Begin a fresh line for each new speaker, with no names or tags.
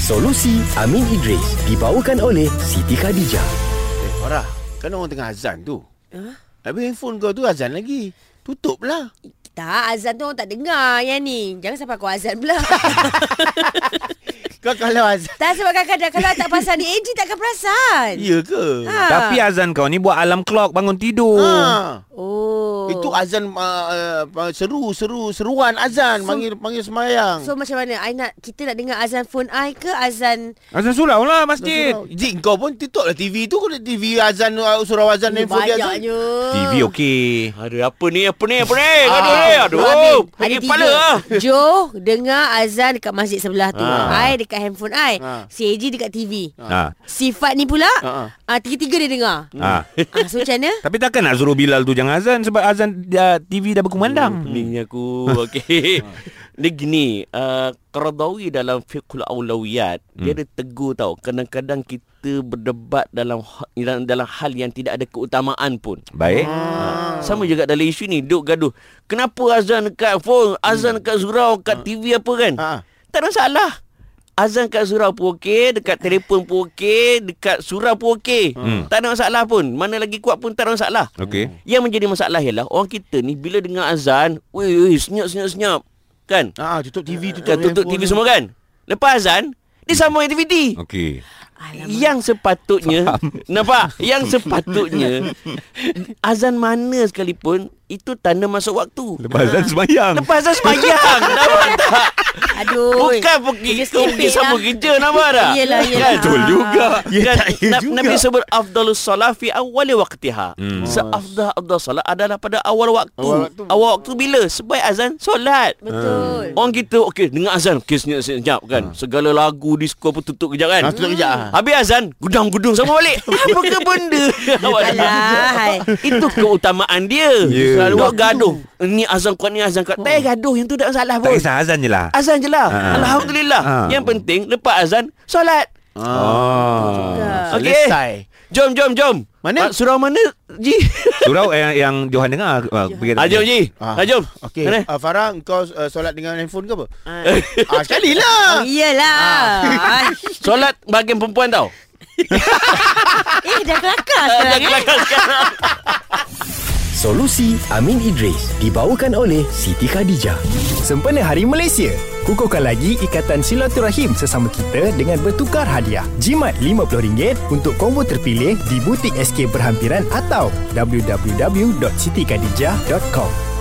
Solusi Amin Idris dibawakan oleh Siti Khadijah.
Eh, Farah, kan orang tengah azan tu.
Huh?
Habis handphone kau tu azan lagi. Tutup lah.
Tak, azan tu orang tak dengar yang ni. Jangan sampai kau azan pula.
Kau kalau azan.
tak sebab kadang-kadang kalau tak pasal ni, AG takkan perasan.
Ya ke?
Ha.
Ah. Tapi azan kau ni buat alarm clock bangun tidur.
Ha.
Oh.
Itu azan uh, uh, seru seru seruan azan
So-
panggil panggil semayang.
So macam mana? I nak, kita nak dengar azan phone I ke azan...
Azan surau lah masjid.
So, Jik kau pun tutup lah TV tu kau ada TV azan uh, surau azan
Eh,
handphone dia azan.
Banyaknya.
TV okey.
Aduh, apa ni, apa ni, apa ni?
Ah,
Aduh, ah, aduh.
Amin. Ada
Pergi
tiga.
kepala lah.
Joe dengar azan dekat masjid sebelah tu.
Ha.
Ha. I dekat handphone I.
Ha.
Si AG dekat TV.
Ha.
Sifat ni pula,
Ha.
ha. tiga-tiga dia dengar.
Hmm.
Ha.
Ah, so macam mana?
Tapi takkan nak suruh Bilal tu jangan azan sebab azan uh, TV dah berkumandang.
Pening Hmm. aku. Okey. Dia gini, uh, Qaradawi dalam fiqhul awlawiyat, dia ada tegur tau. Kadang-kadang kita berdebat dalam ha- dalam, dalam hal yang tidak ada keutamaan pun.
Baik.
Ha. Sama juga dalam isu ni, duk gaduh. Kenapa azan kat phone, azan kat surau, kat TV apa kan?
Ha.
Tak ada masalah. Azan kat surau pun okey, dekat telefon pun okey, dekat surau pun okey. Tak ada masalah pun. Mana lagi kuat pun tak ada masalah.
Okey.
Yang menjadi masalah ialah orang kita ni bila dengar azan, weh weh senyap senyap senyap. Kan?
Ha, tutup TV tutup
Kan tutup TV semua kan? Lepas azan, dia sambung aktiviti.
Okey.
Yang sepatutnya Nampak? Yang sepatutnya Azan mana sekalipun Itu tanda masuk waktu
Lepas azan semayang.
Lepas azan semayang Nampak tak?
Aduh.
Bukan
Dia
pergi Kau pergi
sempit
sama
lah.
kerja Nampak tak? Kan?
Yelah, yelah.
Betul juga.
Ya, Nabi, Nabi sebut afdalus solat fi awali waqtiha. Hmm. Seafdal afdal solat adalah pada awal waktu.
Awal
Awal
waktu.
waktu, awal waktu bila? Sebaik azan solat.
Betul.
Hmm. Orang kita okey dengar azan okey senyap senyap kan. Segala lagu disko pun tutup kejap kan.
Ha, tutup kejap, ah.
Habis azan gudang-gudung sama balik. Apa ke benda? Awak dengar.
Alah, hai.
Itu keutamaan dia.
Ya.
Yeah.
Selalu
Dok
waktu. Oh.
gaduh. Ni azan kuat ni azan kuat. Tak payah gaduh yang tu tak masalah
Tak
pun.
kisah azan je lah.
Azan je lah.
Ha.
Alhamdulillah.
Ha.
Yang penting lepas azan solat.
Ah.
Ha.
Oh.
Okey.
Selesai.
Jom, jom, jom.
Mana?
Ah, surau mana, Ji?
Surau yang, yang Johan dengar. Uh, pergi
Ah, jom, Ji.
Ah.
Ah, jom.
Okey.
Mana?
Uh, Farah kau uh, solat dengan handphone ke apa? Ah sekali lah.
Oh, Iyalah. Ah.
Solat bahagian perempuan tau.
eh, dah kelakar
Ah, Dah
sekarang eh.
kelakar sekarang.
Solusi Amin Idris dibawakan oleh Siti Khadijah.
Sempena Hari Malaysia, kukuhkan lagi ikatan silaturahim sesama kita dengan bertukar hadiah. Jimat RM50 untuk combo terpilih di butik SK berhampiran atau www.sitikadijah.com.